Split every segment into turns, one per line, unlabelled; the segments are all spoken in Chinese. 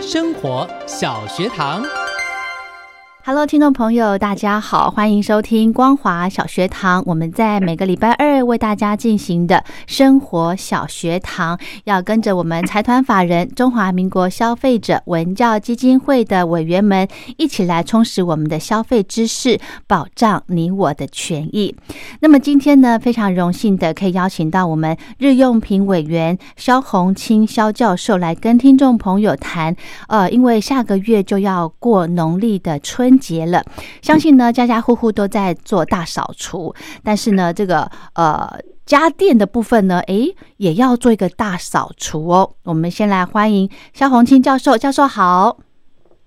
生活小学堂，
Hello，听众朋友，大家好，欢迎收听光华小学堂。我们在每个礼拜二为大家进行的生活小学堂，要跟着我们财团法人中华民国消费者文教基金会的委员们一起来充实我们的消费知识，保障你我的权益。那么今天呢，非常荣幸的可以邀请到我们日用品委员肖红清肖教授来跟听众朋友谈呃，因为下个月就要过农历的春节了，相信呢家家户户都在做大扫除，但是呢，这个呃家电的部分呢，诶，也要做一个大扫除哦。我们先来欢迎肖红清教授，教授好。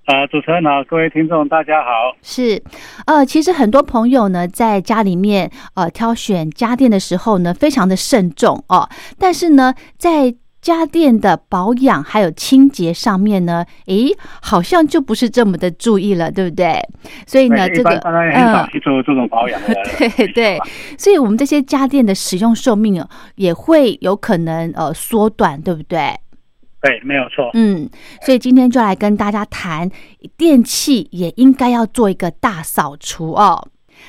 啊、主持人好，各位听众大家好。
是，呃，其实很多朋友呢，在家里面呃挑选家电的时候呢，非常的慎重哦。但是呢，在家电的保养还有清洁上面呢，诶，好像就不是这么的注意了，对不对？所以呢，
对
哎这
一般
个
大家也很少
嗯。
去做这种保养的
对对，所以我们这些家电的使用寿命啊，也会有可能呃缩短，对不对？
对，没有错。
嗯，所以今天就来跟大家谈，电器也应该要做一个大扫除哦。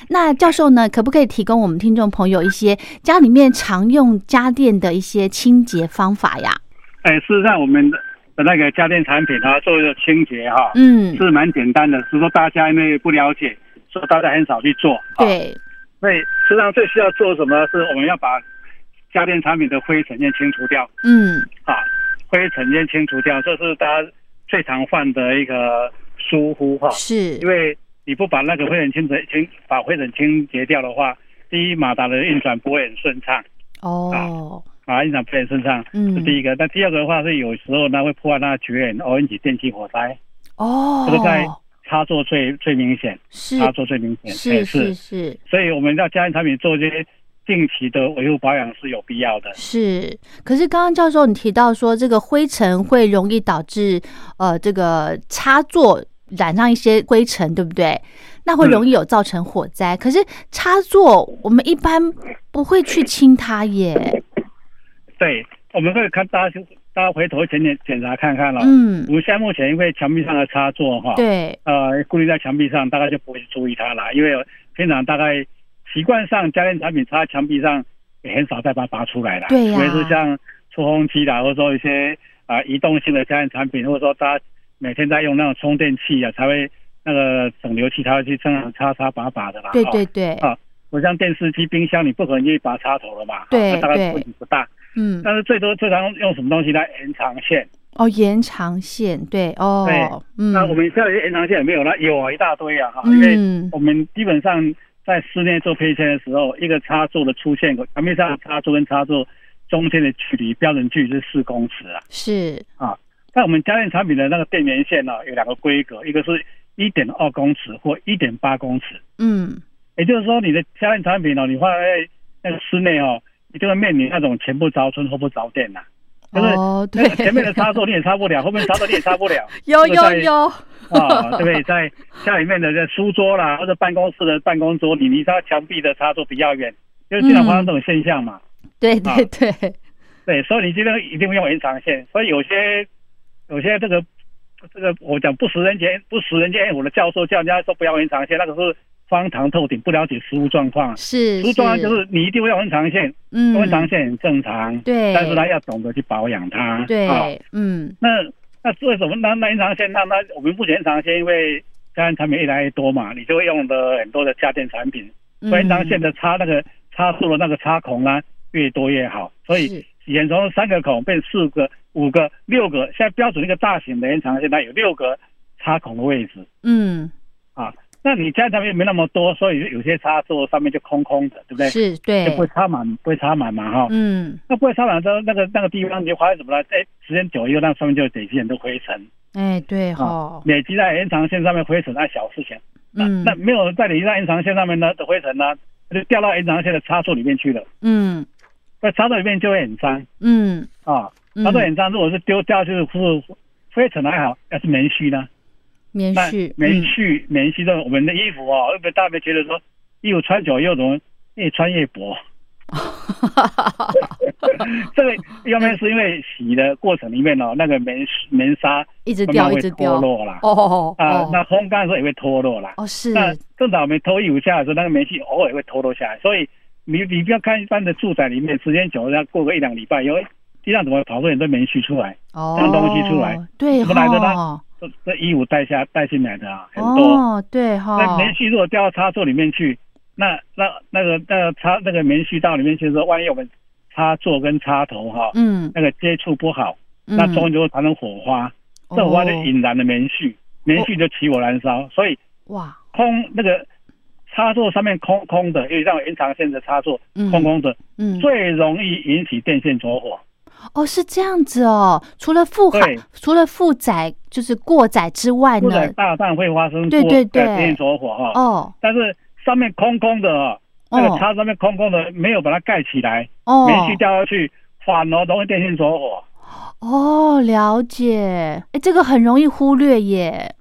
那教授呢，可不可以提供我们听众朋友一些家里面常用家电的一些清洁方法呀？
哎，事实上我们的那个家电产品啊，做一个清洁哈、
嗯，
是蛮简单的，只是说大家因为不了解，所以大家很少去做。啊，
对，
所以实际上最需要做什么？是我们要把家电产品的灰尘先清除掉
嗯
啊，灰尘先清除掉，这是大家最常犯的一个疏忽哈、
是
因，为你不把那个灰尘清洁清把灰尘清洁掉的话，第一马达的运转不会很顺畅。
哦，
啊，印厂不能身上，
嗯
这第一个。那第二个的话是有时候呢会破坏它的绝缘，偶引起电气火灾，这个在
哦，
插座最最明显，
是
插座最明显，
是
哎
是是
所以我们要家庭产品做一些定期的维护保养是有必要的。
是，可是刚刚教授你提到说，这个灰尘会容易导致呃这个插座染上一些灰尘，对不对？那会容易有造成火灾。可是插座我们一般不会去清它耶。
对，我们会看大家大家回头检检检查看看了。
嗯
我，们现在目前因为墙壁上的插座哈，
对，
呃，固定在墙壁上，大概就不会去注意它了，因为平常大概习惯上家电产品插在墙壁上也很少再把它拔出来了，
对呀
除非是像抽风机啦，或者说一些啊、呃移动性的家电产品，或者说大家每天在用那种充电器啊，才会那个整流器才会去这样插插拔拔的啦。
对
哦
对对，
啊我像电视机、冰箱，你不可能去拔插头了嘛，
对
啊那大
对
概问题不大。
嗯，
但是最多最常用什么东西来延长线？
哦，延长线，对，哦，嗯，
那我们现在延长线有没有呢？有啊，一大堆啊，哈、因为
嗯
我们基本上在室内做配线的时候，一个插座的出现，墙面上的插座跟插座中间的距离标准距离是四公尺啊。
是，
但我们家电产品的那个电源线呢、有两个规格，一个是一点二公尺或一点八公尺，
嗯
也就是说你的家电产品哦，你放在那个室内哦，你就会面临那种前不着村后不着店呐、啊就是
哦，
那
对，
个前面的插座你也插不了，后面的插座你也插不了
有
这个
有
在
有，
啊，对不对？在家里面的这书桌啦，或者办公室的办公桌，你离它墙壁的插座比较远，因为经
嗯
常发生这种现象嘛。
对
啊
对对，
对，所以你今天一定会用延长线。所以有些有些这个这个，我讲不食人间不食人间，我的教授叫人家说不要延长线，那个是荒唐透顶，不了解实物状况。
是
实物状况
是
就是你一定会用延长线，
嗯
用延长线很正常，
对，
但是他要懂得去保养它。啊
对，嗯
那那为什么那那延长线？那那我们目前延长线，因为家电产品越来越多嘛，你就会用的很多的家电产品
嗯
延长线的插那个插数的那个插孔呢越多越好，所以
是
延从三个孔变四个、五个、六个，现在标准一个大型的延长线它有六个插孔的位置
嗯
啊。那你家上面没那么多，所以有些插座上面就空空的，对不对？
是
就
对
不，会插满，不会插满嘛哈。
嗯
那不会插满之后，那个那个地方你就发现什么呢？哎，时间久了以后，那上面就累积很多灰尘，
哎
啊
对吼，
累积在延长线上面灰尘，那小事情。那
嗯
那没有在你那延长线上面呢的灰尘呢，它就掉到延长线的插座里面去了，
嗯
那插座里面就会很脏
嗯
啊。
嗯
插座很脏，如果是丢掉就是是灰尘还好，要是棉絮呢？
棉
那
絮
棉
嗯
絮棉絮的我们的衣服哦，会不会大家觉得说衣服穿久了又怎么越穿越 薄？这个要么是因为洗的过程里面哦，那个棉棉纱
一直
慢慢
掉一
会
直
脱
掉，哦
落啦，
哦
啊，那
哦
烘干的时候也会脱落啦。
哦是
那正常我们脱衣服下来的时候，那个棉絮偶尔会脱落下来，所以你你不要看一般的住宅里面，时间久了要过个一两礼拜，有地上怎么跑出很多棉絮出来？
哦
这样东西出来
对
怎么来的呢
吼
这这衣服带下带进来的啊，很多。
哦对吼，
那棉絮如果掉到插座里面去，那那那个那个插那个棉絮到里面去的时候，万一我们插座跟插头哈、
嗯
那个接触不好，
嗯
那终究产生火花，这火花就
哦
引燃了棉絮，棉絮就起火燃烧，所以
哇
空那个插座上面空空的，因为像延长线的插座
嗯
空空的，
嗯
最容易引起电线着火。
哦是这样子哦，除了负荷
对
除了负载就是过载之外
或
呢，
者大战会发生
对
过
对对
电线着火哈、
哦
但是上面空空的啊、那个
哦
插上面空空的，没有把它盖起来，
哦
棉絮掉下去，反而容易电线着火。
哦了解，哎这个很容易忽略耶，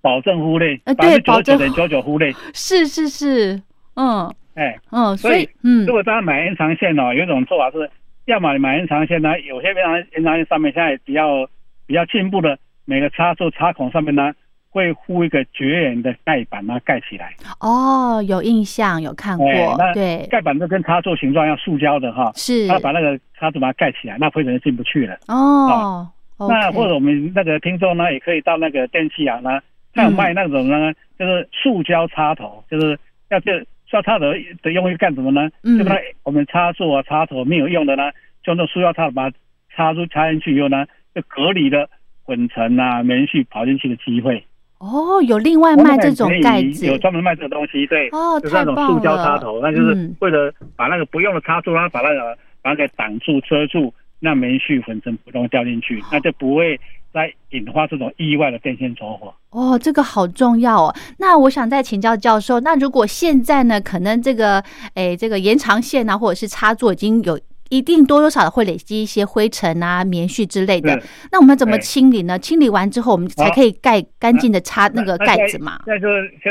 保证忽略，
呃
百
对
分之九
保
九
证
点九九忽略。
是是是，嗯
哎，
嗯，所
所以
以嗯
如果大家买延长线哦，有一种做法是，要么你买延长线呢，有些延长延长线上面现在比较比较进步的，每个插座插孔上面呢会糊一个绝缘的盖板，把它盖起来。
哦有印象有看过
哎，那
对
盖板都跟插座形状要塑胶的哈，
是
它把那个插座把它盖起来，那灰尘就进不去了。
哦。
那
OK 嗯
或者我们那个听众呢，也可以到那个电器行呢，它有卖那种呢，就是塑胶插头，就是要这塑胶插头的用于干什么呢？
嗯
就把它我们插座啊、插头没有用的呢，就用那种塑胶插头把它插入插进去以后呢，就隔离了混尘啊、棉絮跑进去的机会。
哦，有另外卖这种盖子
有专门卖这个东西，对，
哦，
就是那
太
种
棒
塑
了！
胶插头，那就是
嗯
为了把那个不用的插座，然后把那个把它给挡住、遮住，让棉絮粉尘不动掉进
哦
去，那就不会再引发这种意外的电线着火。
哦，这个好重要哦。那我想再请教教授，那如果现在呢，可能这个诶，这个延长线啊，或者是插座已经有一定多多少少会累积一些灰尘啊、棉絮之类的
是，
那我们怎么
哎
清理呢？清理完之后，我们才
好
可以盖干净的插那个
那
盖子嘛？
那就就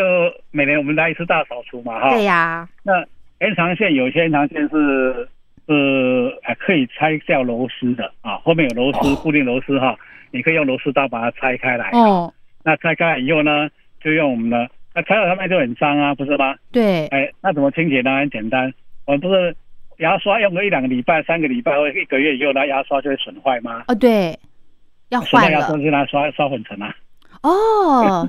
每年我们来一次大扫除嘛，哈。
对呀，
那延长线有些延长线是呃还可以拆掉螺丝的啊，后面有螺丝固定螺丝哈，你可以用螺丝刀把它拆开来。
哦，
那拆开来以后呢，就用我们的那拆了它们就很脏啊，不是吗？
对，
哎，那怎么清洁呢？很简单，我们不是牙刷用个一两个礼拜、三个礼拜或者一个月以后，那牙刷就会损坏吗？
哦对，要
损
换
坏牙刷
啊了
就拿刷刷粉尘啊，
哦，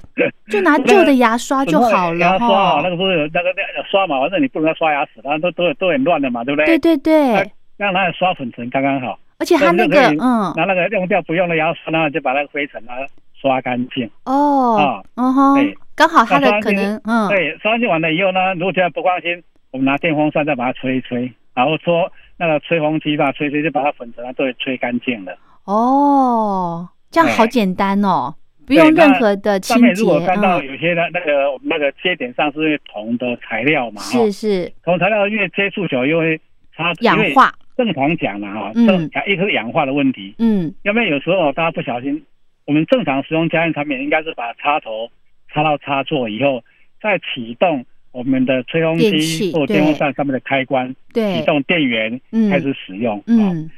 就 拿旧的牙刷啊就好
损坏牙
了哦
刷啊，那
哈。
个不是有那个那个刷嘛，反正你不能刷牙齿，然后都都都很乱的嘛，对不对？
对对对，
让它刷粉尘刚刚好，
而且它那
那
个
可以
嗯
拿那个用掉不用的牙刷，然后就把那个灰尘啊刷干净。
哦
啊，
嗯哼
对，
刚好它
那
的
刷
可
那个
能，嗯，
对，刷干净完了以后呢，如果觉得不放心，我们拿电风扇再把它吹一吹，然后搓那个吹风机吧，吹吹就把它粉尘啊都给吹干净了。
哦，这样
哎
好简单哦，不
对
用
那
任何的
上
清
面
洁，
如果看到
嗯，
有些的那个我们那个接点上是铜的材料嘛，哈
是，是
铜材料越接触久，越会它
氧。化，
正常讲了哈，
嗯
正一个是氧化的问题，
嗯，
要不然有时候大家不小心，我们正常使用家电产品应该是把插头插到插座以后，再启动我们的吹风
电
机
器
或电风扇上面的开关，启
对，
动电源
嗯
开始使用。啊
嗯，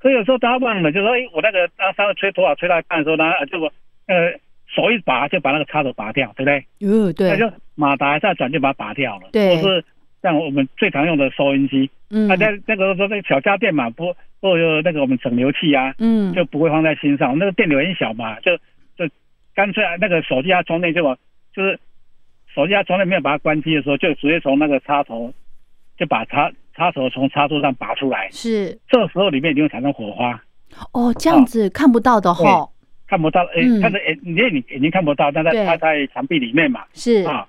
所以有时候大家忘了，就说哎，我那个当上次吹头发吹到一半的时候呢，就我呃手一拔就把那个插头拔掉，对不对？
哟，
那
呃对，
就马达再转就把它拔掉了，
对
或是像我们最常用的收音机，
嗯
大家那个说那个小家电嘛，不或者那个我们整流器啊，
嗯，
就不会放在心上。啊那个电流很小嘛，就就干脆那个手机啊充电就往就是手机它从来没有把它关机的时候，就直接从那个插头就把插插头从插座上拔出来，
是
这时候里面已经产生火花，
哦，这样子看不到的吼，
看不到，哎、
嗯
看着哎，你你眼睛看不到，但它
对
它在墙壁里面嘛，
是
啊，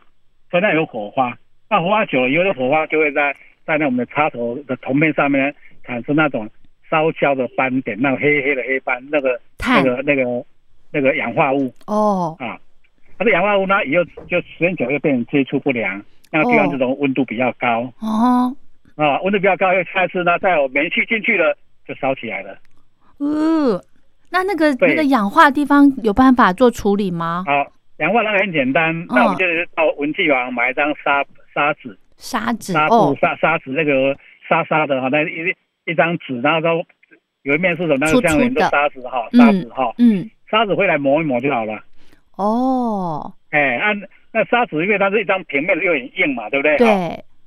所以那有火花，那火花久了以后，那火花就会在在那我们的插头的铜片上面产生那种烧焦的斑点，那种黑黑的黑斑，那个那
碳
个那个那个氧化物，
哦，
那个氧化物呢，以后就时间久了就变成接触不良，那个地方
哦
这种温度比较高、
哦，
啊，温度比较高，又下一次呢，再有煤气进去了就烧起来了。
呃，那那个
对
那个氧化的地方有办法做处理吗？
好，氧化那个很简单，那我
哦
们就是到文具行买一张砂砂纸、
砂纸
纱布
哦、，
砂砂纸那个沙沙的哈，那一一张纸，然后都有一面是什么？那
粗
个
粗
像人
的
的砂纸哈，
嗯
砂纸哈，
嗯，
砂纸回来磨一磨就好了。
哦，
哎，按那砂纸，因为它是一张平面的，又很硬嘛，对不对？哈。
对，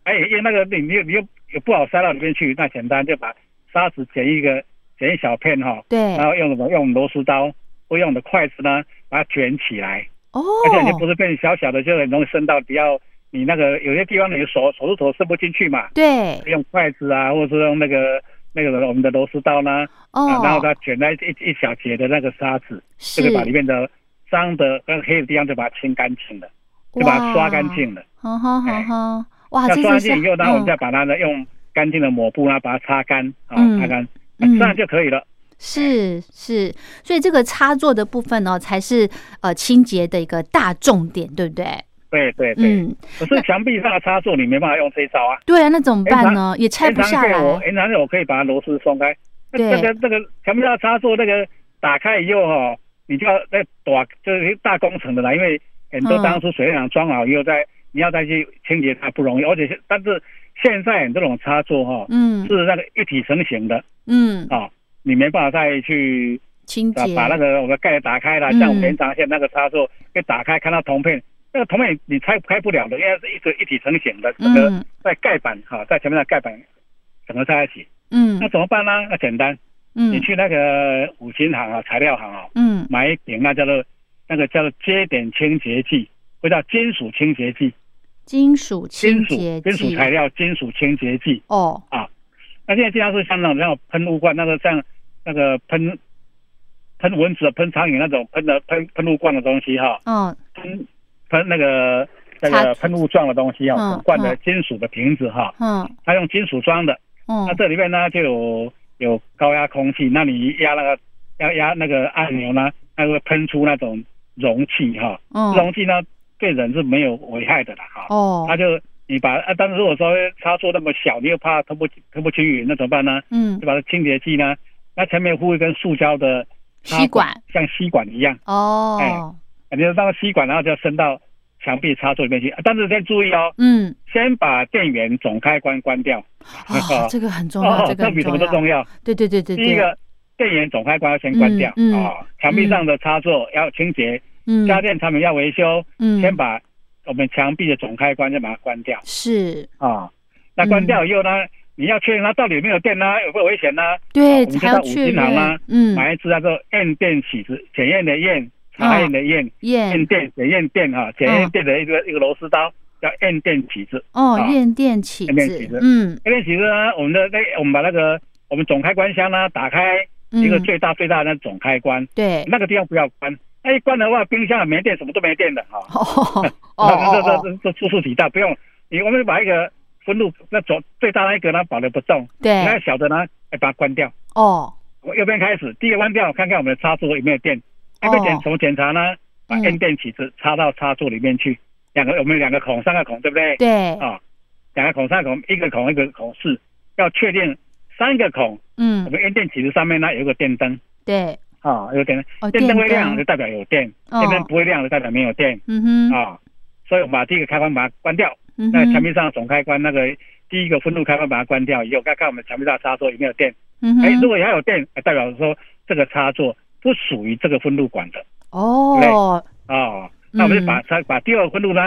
哎，硬那个你你又你又也不好塞到里面去，那简单就把砂纸剪一个剪一小片哈，
对
然，后用什么用螺丝刀或用我们的筷子呢，把它卷起来。
哦，
而且你不是变小小的，就很容易伸到比较你那个有些地方你的手手指头伸不进去嘛，
对，
用筷子啊，或者是用那个那个我们的螺丝刀呢，啊，然后
哦，
它卷在一一一小节的那个沙子，就是可以把里面的脏的跟黑的地方就把它清干净了，就把它刷干，净了。
哇好好好
哎
好，哇，
那
这
刷
就
干
是
净以后，然后我
嗯
们再把它呢用干净的抹布呢把它擦干啊
嗯，
擦干，那
嗯
这样就可以了。
是是，所以这个插座的部分呢，才是呃清洁的一个大重点，对不对？
对对对，
嗯，
可是墙壁上的插座你没办法用这一招啊。
对啊，那怎么办呢？
哎
也拆不下
延长线我
来，
延长线我可以把它螺丝松开。那
对
这个这个前面要插座那个打开以后哦，你就要再打，就是大工程的啦，因为很多
嗯
当初水电厂装好以后再你要再去清洁它不容易，而且是但是现在很多种插座哈、哦、
嗯
是那个一体成型的
嗯，
啊、你没办法再去
清
把
洁
把那个我们盖打开了，
嗯
像我们延长线那个插座一打开看到铜片。那个铜片你拆开不了的，因为是一个一体成型的，整个
嗯
在盖板哈、在前面的盖板整个在一起。
嗯
那怎么办呢？那简单，你
嗯
去那个五金行啊、材料行啊，
嗯，
买一瓶那叫做那个叫做接点清洁剂，或叫金属清洁剂、
金属清
金属
洁
金属
剂
材料、金属清洁剂。
哦，
那现在经常是像那种像喷雾罐，那个像那个喷喷蚊子、喷苍蝇那种喷的喷喷雾罐的东西哈、
嗯
喷喷那个那
擦
个喷雾状的东西啊、
嗯
整罐的
嗯
金属的瓶子哈、
嗯
它用金属装的。那
嗯
这里面呢就有有高压空气，那你压那个要压那个按钮呢，它会喷出那种容器哈、这
嗯
容器呢对人是没有危害的啦哈。
哦
它就你把啊，但是如果说插座那么小，你又怕通不通不均匀，那怎么办呢？
嗯
就把它清洁剂呢，那前面附一根塑胶的插
吸管
像吸管一样，
哦
你就当吸管，然后就伸到墙壁插座里面去。啊但是先注意哦，
嗯
先把电源总开关关掉。
哦，这个很重要，
哦，
这个
这
很
比什么
重
都
要，
重要。
对对对对
第一
对，
个电源总开关要先关掉啊、
嗯嗯
墙壁上的插座要清洁，
嗯
家电产品要维修，
嗯
先把我们墙壁的总开关先把它关掉
是
啊、那关掉以后呢，
嗯
你要确认它到底有没有电呢、有没有危险呢、
对
我，们
还
就
要
到五
确
金行
认
啊，
嗯，哦
买一支叫做验电起子，检验的验，查验的验，
验
验、电检验电哈，检验
嗯
电的一个、一个螺丝刀叫验电起子。
哦，
啊
验电起
验电起
子
子，
嗯
验电起子呢，我们的那我们把那个我们总开关箱呢打开一个
嗯，
最大最大的那总开关。
对，
那个地方不要关。那一关的话，冰箱也没电，什么都没电的啊。
哦哦
这这
哦，
这这注数体大，不用。你我们把一个分路，那总最大那一个呢保留不动，那
对，
小的呢，哎把它关掉。
哦，
我右边开始，第一个关掉，看看我们的插座有没有电。那个检
哦
怎么检查呢？把
嗯
N 电起子插到插座里面去，两个我们有两个孔，三个孔，对不对？
对，
啊，两个孔，三个孔，一个孔一个孔是要确定三个孔，我
嗯，
们 N 电起子上面呢有一个电灯
对，
啊，有电灯，
哦，
电
电
灯会亮
灯
就，代表有电。电灯
哦，
不会亮的代表没有电
嗯哼，
啊、所以我们把第一个开关把它关掉，
嗯
那墙
哼，
壁上的总开关那个第一个分路开关把它关掉以后，看看我们墙壁上的插座有没有电。
嗯
哎、如
哼，
果它有电，代表说这个插座不属于这个分路管的
哦，
哦。那我们就把它把第二个分路呢，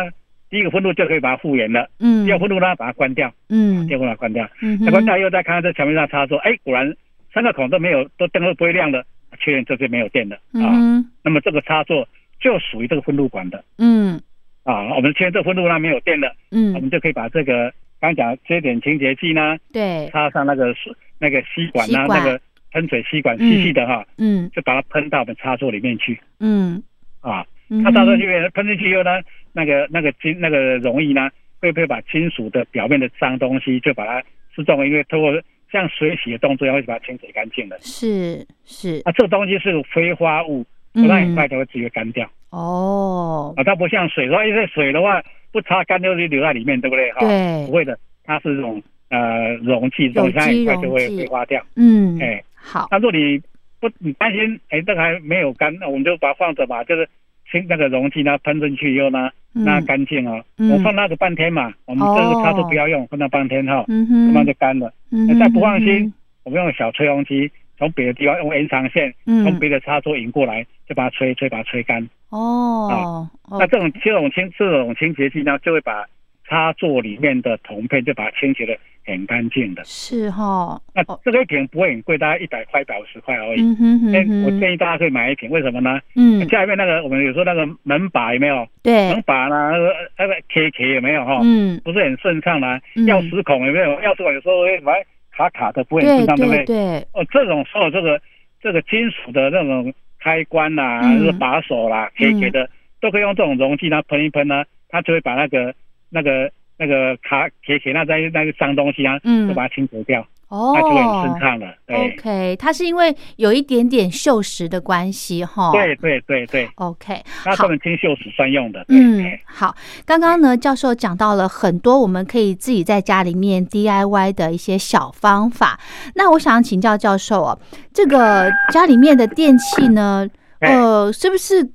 第一个分路就可以把它复原了，
嗯
第二个分路呢把它关掉，
嗯
第二个分路把它关掉，
嗯
那关
哼，
掉以后再看看这墙壁上的插座，哎、果然三个孔都没有，都灯都不会亮的，确认这边没有电的啊、
嗯哼，
那么这个插座就属于这个分路管的。
嗯，
啊，我们牵这分路呢没有电了，我
嗯，
们就可以把这个刚讲缺点清洁剂呢
对，
插上那个是那个吸管啊
吸，管
那个喷水吸管
嗯
细细的哈，
嗯
就把它喷到我们插座里面去
嗯
啊。
嗯，
它插座里面喷进去以后呢，那个那个金那个溶液呢，会不会把金属的表面的脏东西就把它自动，因为通过像水洗的动作，然后就把它清洗干净了。
是是，
啊，这个东西是挥发物，
嗯
不然很快就会直接干掉、
哦，
啊。它不像水，说因为水的话不擦干就留在里面，对不对？哈、不
对，
会的，它是这种呃溶剂，溶它很快就会挥发掉。
嗯，
哎，
好，
那如果你不你担心，哎，这个还没有干，那我们就把它放着吧，就是清那个溶剂呢喷进去以后呢，那
嗯
干净哦。
嗯哦
我放那个半天嘛，我们这个插座不要用，放到半天哈，
嗯
慢慢
哼，
就干了。
嗯
再不放心，我们用小吹风机从别的地方用延长线
嗯
从别的插座引过来，就把它吹吹，把它吹干。
哦，
那这种这种清这种清洁剂呢，就会把插座里面的铜片就把它清洁的很干净的。
是哈，
那
哦
这个一瓶不会很贵，大概一百块、一百五十块而已。
嗯哼
哎，我
哼哼，
建议大家可以买一瓶，为什么呢？
嗯，
家里面那个我们有时候那个门把有没有？门
对，
把呢，那个那个 K K 有没有哈？
哎嗯，
不是很顺畅啦。
嗯
钥匙孔有没有？钥匙孔有时候会反正卡卡的，不会
对
很顺畅，对不
对
对？
对，
哦，这种受这个这个金属的那种开关啦、
嗯
就是把手啦、
嗯
K K 的，都可以用这种溶剂呢喷一喷呢，它就会把那个那个那个卡 K K 那在那个脏东西啊，
嗯
就把它清除掉，
哦
它就会很顺畅了。对
OK，它是因为有一点点锈蚀的关系哈。
对对对对，
，OK，
它
好
专。门清锈齿专用的。对
嗯，，
哎
好。刚刚呢，教授讲到了很多我们可以自己在家里面 DIY 的一些小方法。那我想请教教授哦，这个家里面的电器呢，
哎
呃，是不是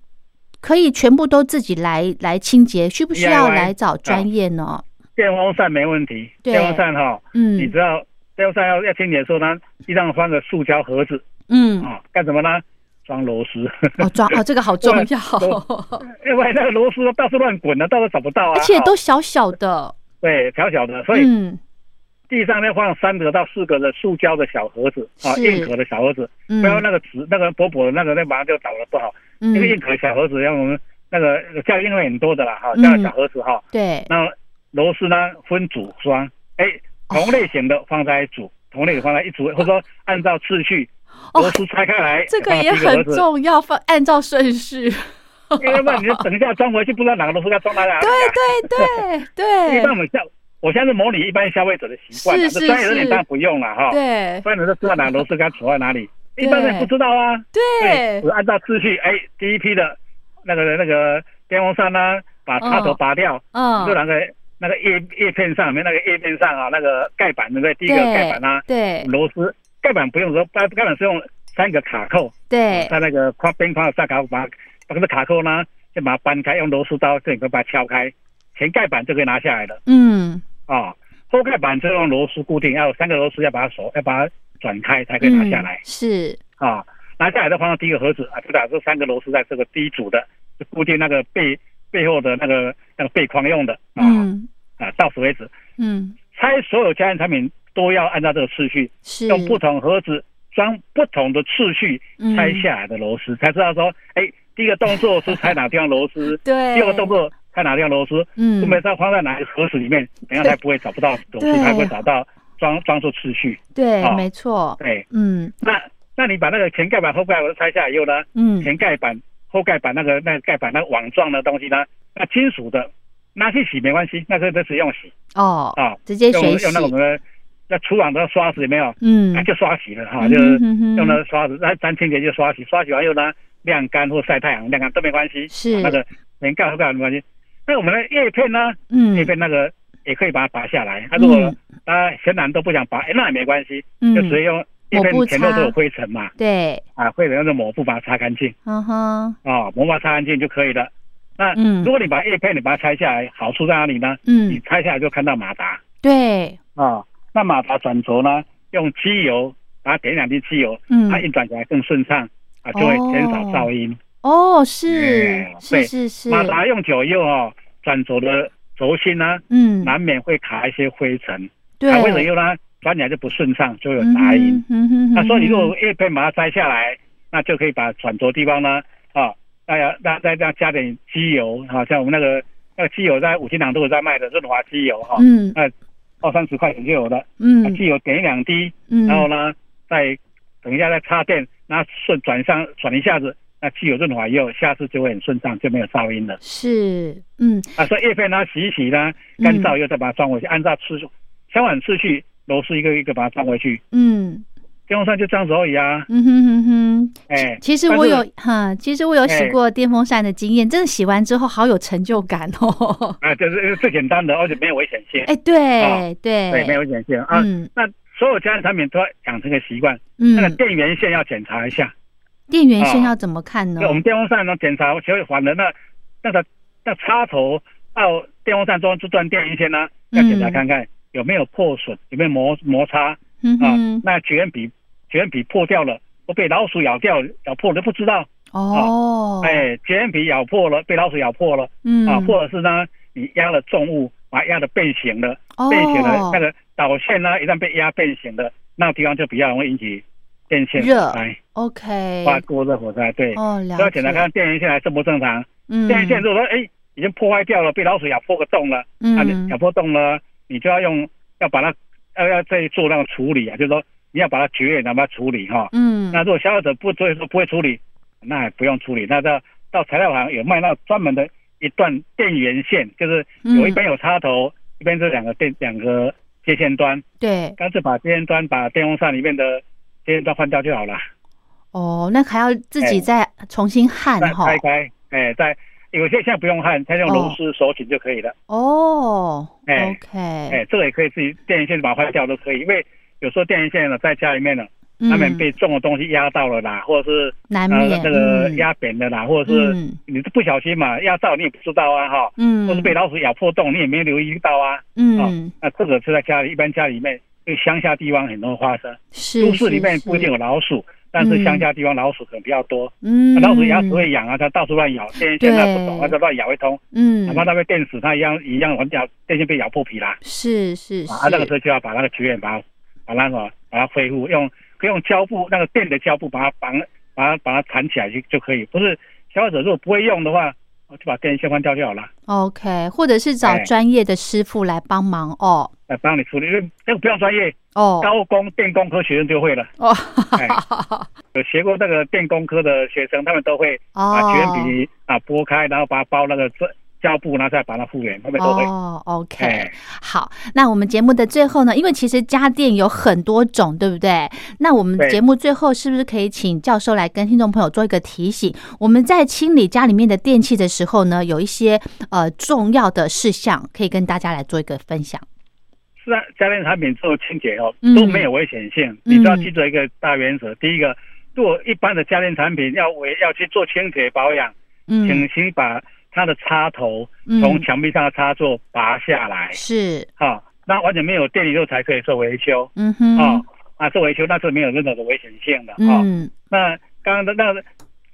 可以全部都自己来来清洁？需不需要
DIY
来找
嗯
专业呢？
电风扇没问题。
对
电风扇哈，你
嗯
知道电风扇要要清洁的时候呢，地上放个塑胶盒子
嗯，
啊，干什么呢？装螺丝，
哦，装哦，这个好重要，
因为那个螺丝都到处乱滚的，到处找不到啊。
而且
哦
都小小的，
对小小的，所以
嗯
地上呢放三个到四个的塑胶的小盒子啊，
是
硬壳的小盒子，
嗯
不要那个纸那个薄薄的那个，那马上就倒了不好。那个
嗯，
硬壳小盒子，让我们那个家里因为很多的啦哈，
嗯
家里小盒子哈，
对，
那螺丝呢分组装，哎，同类型的放在一组，同类的放在一组，或者说按照次序，
哦
螺丝拆开来，
这个
放到
也
第一盒
很
子，
重要，放按照顺序。
因为要不然你就等一下装回去，不知道哪个螺丝该装哪里。啊
对对
一般
对
我们像我现在是模拟一般消费者的习惯啦，啊
是
这
是
专业人
是
你当然不用了哈，
对
专业人就知道哪个螺丝该锁在哪里，
对
一般人不知道啊。
对
我按照次序，哎，第一批的那个那个电风扇呢，把插头拔掉，就
嗯，
那个那个叶叶片上面那个叶片上啊，那个盖板对不对？第一个盖板啊，
对
螺丝盖板不用说，盖盖板是用三个卡扣，
对
在那个框边框的上卡扣把把这个卡扣呢，就把它搬开，用螺丝刀这里面把它敲开，前盖板就可以拿下来了
嗯
啊、后盖板就用螺丝固定，要有三个螺丝要把它手要把它转开才可以拿下来
嗯是
啊、拿下来再放到第一个盒子啊，就把这三个螺丝在这个第一组的就固定那个背背后的那个那个背框用的啊、
嗯
啊，到此为止。
嗯
拆所有家电产品都要按照这个次序，
是
用不同盒子装不同的次序
嗯，
拆下来的螺丝，才知道说，哎，第一个动作是拆哪地方螺丝
对
第二个动作拆哪地方螺丝，
嗯
分别是要放在哪个盒子里面，怎样才不会找不到螺丝，
对
才不会找到装装出次序。
对
啊
没错
对，
嗯
那那你把那个前盖板、后盖板都拆下来以后呢，
嗯
前盖板、后盖板那个那个盖板那个网状的东西呢，那金属的拿去洗没关系，那个都是用洗
哦
啊。
直接
用
水洗
用那个我们的那厨房的刷子有没有？
嗯
那就刷洗了哈，
嗯
啊就是
哼哼
用那个刷子，那咱清洁就刷洗，刷洗完以后呢，晾干或晒太阳晾干都没关系，
是
那个连盖都盖没关系。那我们的叶片呢？
嗯
叶片那个也可以把它拔下来。它如果
嗯
啊嫌难都不想拔，哎那也没关系，
嗯
就直接用叶
抹布
片前头
擦
都有灰尘嘛，
对
啊灰尘用抹布把它擦干净
嗯哼
啊，抹布把它擦干净就可以了。那
嗯
如果你把叶片你把它拆下来，好处在哪里呢？你
嗯
拆下来就看到马达，
对
啊，那马达转轴呢，用机油把它点两滴机油，
嗯
它运转起来更顺畅啊，就会减少噪音。
哦是
哎
是
对
是是
马达用久以后哦，转轴的轴心呢，
嗯
难免会卡一些灰尘，
对
卡灰尘以后呢，转起来就不顺畅，就会有
嗯
杂音。
哼嗯哼
那所以你如
嗯
果叶片把它摘下来，那就可以把转轴地方呢，啊，那要那再这样加点机油，好、像我们那个那机油在五金行都有在卖的润滑机油哈，
嗯
二三十块钱就有的，那
嗯
机油点一两滴，
嗯，
然后呢，再等一下再插电，那顺转向转一下子，那机油润滑油下次就会很顺畅，就没有噪音了。
是，嗯
啊，所以叶片呢洗一洗呢，
嗯
干燥以后再把它装回去，按照次数相反次序螺丝一个一个把它装回去。
嗯
电风扇就这样子而已啊，
嗯哼哼哼。
哎，
其实
但是
我有哈，其实我有洗
哎
过电风扇的经验，真的洗完之后好有成就感哦。
啊，就是最简单的，而且没有危险性，
哎，对
哦
对
对，没有危险性啊。
哎嗯
那所有家用产品都要养成个习惯，那个
嗯，
电源线要检查一下。
电源线
啊
要怎么看呢
就？我们电风扇呢检查，所以反正那那个那插头到电风扇中这段电源线呢，要检查
嗯
看看有没有破损，有没有摩摩擦
嗯
啊
哼。。
那绝缘笔绝缘笔破掉了，我被老鼠咬掉咬破了都不知道。
哦，
啊哎，绝缘笔咬破了，被老鼠咬破了
嗯，
啊，或者是呢你压了重物，把它压的变形了，
哦，
变形了，那个导线呢一旦被压变形了，那地方就比较容易引起电线
热
火灾，
OK，
发过热火灾，对。
哦，了
要
解，
检查看看电源线还正不正常，
嗯，
电线如果说哎已经破坏掉了，被老鼠咬破个洞了，啊，你
嗯
咬破洞了，你就要用要把它要要再做那个处理啊，就是说你要把它绝缘，然后把它处理哈。
嗯，
那如果消费者不所以说不会处理，那也不用处理，那到到材料行有卖那专门的一段电源线，就是
嗯
有一边有插头，一边是两个电两个接线端，
对，
干脆把接线端把电风扇里面的接线端换掉就好了，
哦，那还要自己
哎
再重新焊
再
哈
拆，开，哎，再有些现在不用焊，它用螺丝手紧就可以了。
哦
哎
，OK，
哎，这个也可以自己电源线把它换掉都可以，因为有时候电源线呢在家里面呢，他们
嗯
被重的东西压到了啦，或者是
难
呃
免
那个
嗯
压扁了啦，或者是
嗯
你是不小心嘛压到你也不知道啊哈，
嗯，
或是被老鼠咬破洞你也没留意到啊，
嗯
那这个是在家里一般家里面，因为乡下地方很多发生，
是
都市里
是
面
是
不一定有老鼠，但是乡下地方老鼠可能比较多，
嗯，
老鼠牙齿会痒啊，它到处乱咬，电源线它不懂啊，
对
它乱咬一通，
嗯
哪怕它被电死，它一样一样咬电线被咬破皮啦。
是是是
啊，那个时候就要把那个局面把它把那个把它恢复，用可以用胶布那个电的胶布把它绑把它把它缠起来就就可以。不是消费者如果不会用的话，我就把电线换掉就好了，
OK，或者是找
哎
专业的师傅来帮忙哦
来帮你处理。因为那个不用专业，
哦
高工电工科学生就会了。
哦
哎，有学过那个电工科的学生，他们都会把绝
哦
缘笔啊剥开，然后把它包那个胶胶布，然后再把它复原，他们都会。
哦，OK，、
哎
好，那我们节目的最后呢，因为其实家电有很多种，对不对？那我们
对
节目最后是不是可以请教授来跟听众朋友做一个提醒？我们在清理家里面的电器的时候呢，有一些呃重要的事项可以跟大家来做一个分享。
是啊，家电产品做清洁哦
嗯，
都没有危险性。你就要记住一个大原则：第一个，如果一般的家电产品要为要去做清洁保养，
嗯
请先把它的插头从
嗯，
墙壁上的插座拔下来，
是，
哈、那完全没有电以后才可以做维修，
嗯哼，
啊、啊，做维修那是没有任何的危险性的啊、
嗯
那刚刚的那个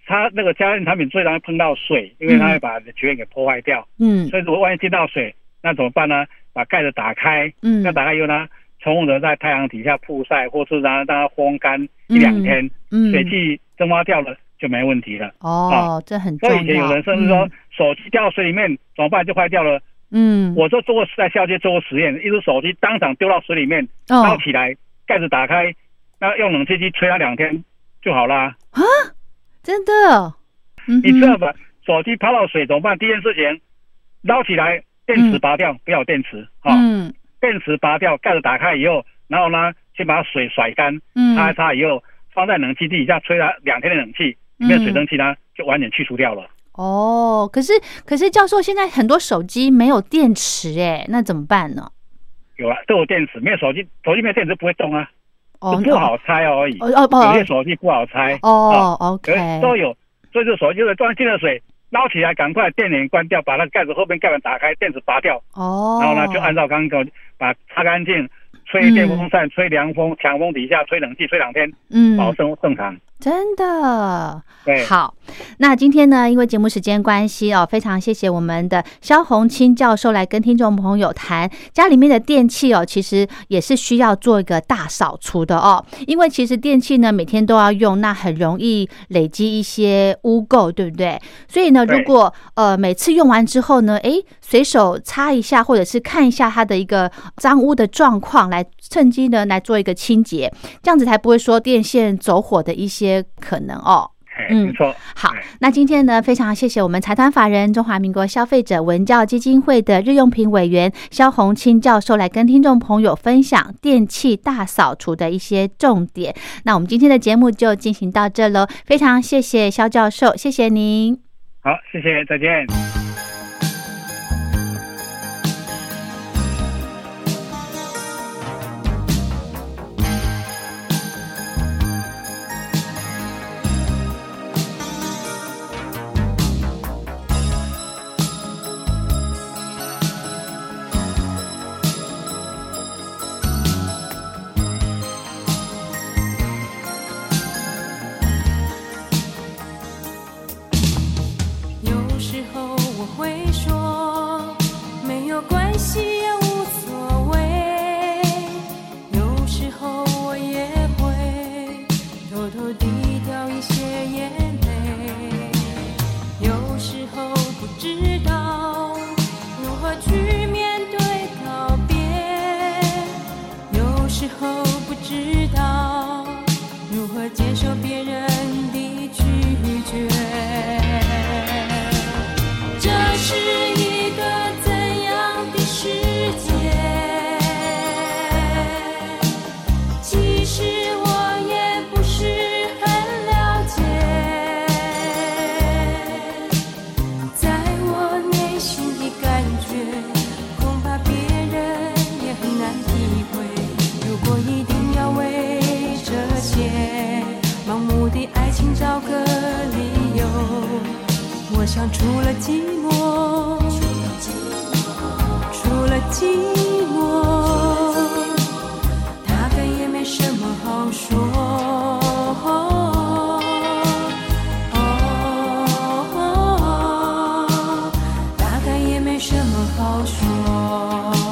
它那个家电产品最容易碰到水，因为它会把绝缘给破坏掉，
嗯
所以如果万一进到水，那怎么办呢？把盖子打开，
嗯
那打开以后呢，从容的在太阳底下曝晒，或是让它让它烘干一两天，
嗯，
水汽蒸发掉了就没问题了。
哦，这很重
所
要。
以以前有人甚至说
嗯
手机掉到水里面怎么办就坏掉了，
嗯，嗯，
我就做过在校街做过实验，一只手机当场丢到水里面，捞
哦，
起来，盖子打开，那用冷气机吹它两天就好啦。
真的，嗯
你知哦道
哼，
吧？手机泡到水怎么办？第一件事情，捞起来，电池拔掉，不要有电池啊，
嗯
电池拔掉，盖子打开以后，然后呢，先把水甩干，
嗯，
擦一擦以后，放在冷气地下吹了两天的冷气，
嗯
里面的水蒸气呢就完全去除掉了。
哦，可是可是教授，现在很多手机没有电池哎，那怎么办呢？
有啊，都有电池，没有手机，手机没有电池不会动啊，
哦，
就不好拆而已。
哦哦不
有
好
些手机不好拆，
哦
可
，OK，
是都有，所以这手机就是装进了水，捞起来赶快电源关掉，把那个盖子后面盖板打开，电池拔掉，
哦，
然后呢就按照刚刚把擦干净。吹电风扇、吹凉风、强风底下吹冷气，吹两天，
嗯
保证正常。
真的。
对，
好，那今天呢，因为节目时间关系哦，非常谢谢我们的肖红清教授来跟听众朋友谈家里面的电器哦，其实也是需要做一个大扫除的哦，因为其实电器呢每天都要用，那很容易累积一些污垢，对不对？所以呢，
对
如果呃每次用完之后呢，诶，随手擦一下，或者是看一下它的一个脏污的状况，来趁机呢来做一个清洁，这样子才不会说电线走火的一些可能哦。
哎
嗯
没错，
好，那今天呢，非常谢谢我们财团法人中华民国消费者文教基金会的日用品委员肖红清教授来跟听众朋友分享电器大扫除的一些重点。那我们今天的节目就进行到这喽，非常谢谢肖教授，谢谢您。
好，谢谢，再见。
有时候我会说没有关系也无所谓，有时候我也会偷偷滴掉一些眼泪，有时候不知道如何去面对告别，有时候不知道如何接受别人的拒绝。这是一个怎样的世界？其实我也不是很了解。在我内心的感觉，恐怕别人也很难体会。如果一定要为这些盲目的爱情找个理由，我想除了寂寞，除了寂寞，大概也没什么好说。哦，大概也没什么好说。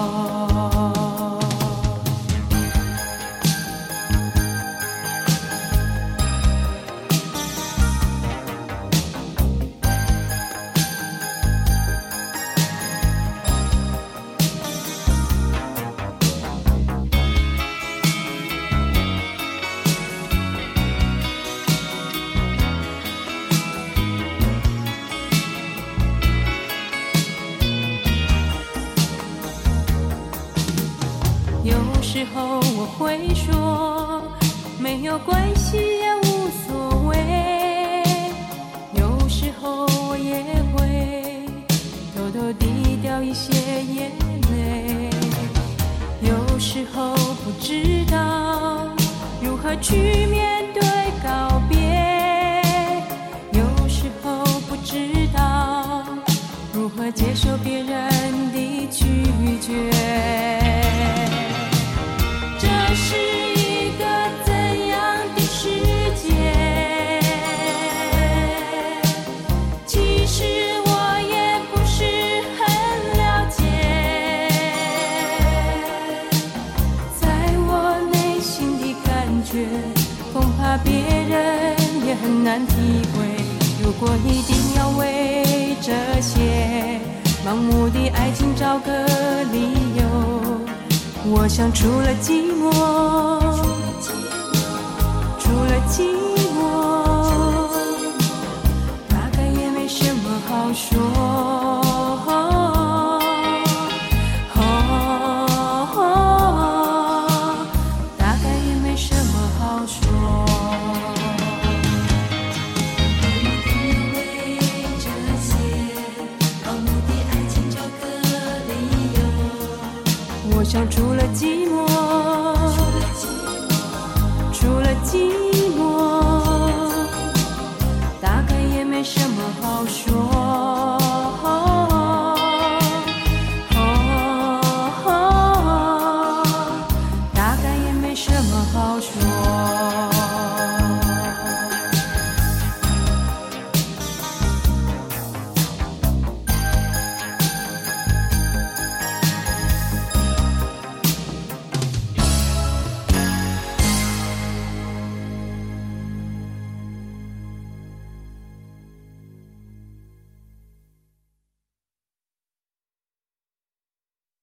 有时候我会说没有关系也无所谓，有时候我也会偷偷滴掉一些眼泪，有时候不知道如何去面对告别，有时候不知道如何接受别人的拒绝。这是一个怎样的世界？其实我也不是很了解。在我内心的感觉，恐怕别人也很难体会。如果一定要为这些盲目的爱情找个理由，我想除了寂寞，除了寂寞，大概也没什么好说。哦，大概也没什么好说。为这些盲目的爱情找个理由，我想除了寂寞，除了寂寞。